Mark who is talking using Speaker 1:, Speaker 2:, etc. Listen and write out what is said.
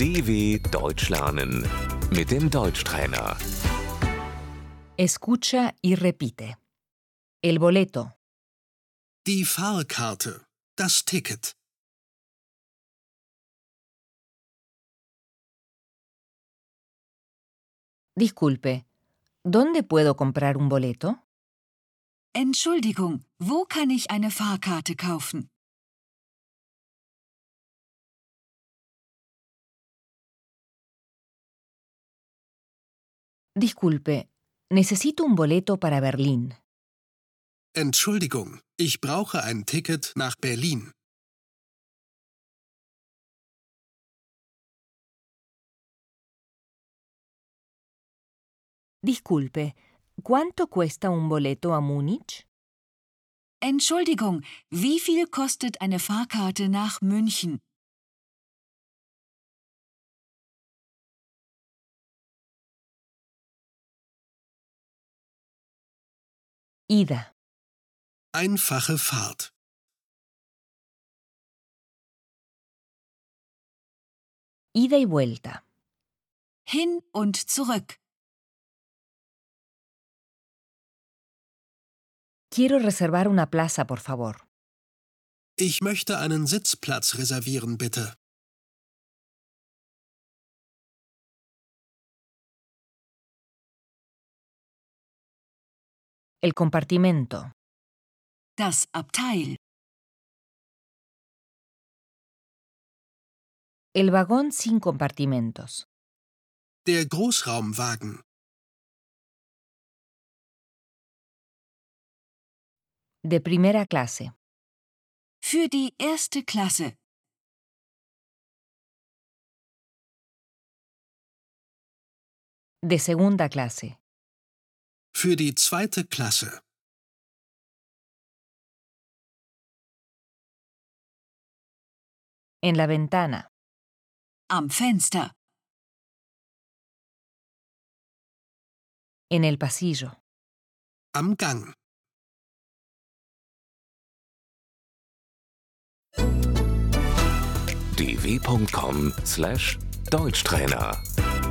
Speaker 1: DW Deutsch lernen mit dem Deutschtrainer.
Speaker 2: Escucha y repite. El boleto,
Speaker 3: Die Fahrkarte. Das Ticket.
Speaker 2: disculpe, ¿dónde puedo comprar un boleto?
Speaker 4: Entschuldigung, wo kann ich eine Fahrkarte kaufen?
Speaker 2: Disculpe, necesito un boleto para Berlín.
Speaker 3: Entschuldigung, ich brauche ein Ticket nach Berlin.
Speaker 2: Disculpe, ¿cuánto cuesta un boleto a Múnich?
Speaker 4: Entschuldigung, wie viel kostet eine Fahrkarte nach München?
Speaker 2: Ida,
Speaker 3: Einfache Fahrt.
Speaker 2: ida y vuelta.
Speaker 4: Hin und zurück.
Speaker 2: Quiero reservar una plaza, por favor.
Speaker 3: Ich möchte einen Sitzplatz reservieren, bitte.
Speaker 2: El compartimento,
Speaker 4: Das Abteil.
Speaker 2: el vagón sin compartimentos,
Speaker 3: Der Großraumwagen.
Speaker 2: de primera clase,
Speaker 4: Für die erste Klasse.
Speaker 2: de segunda clase,
Speaker 3: Für die zweite Klasse.
Speaker 2: en la ventana,
Speaker 4: Am Fenster.
Speaker 2: en el pasillo,
Speaker 3: Am Gang.
Speaker 1: dw.com/deutschtrainer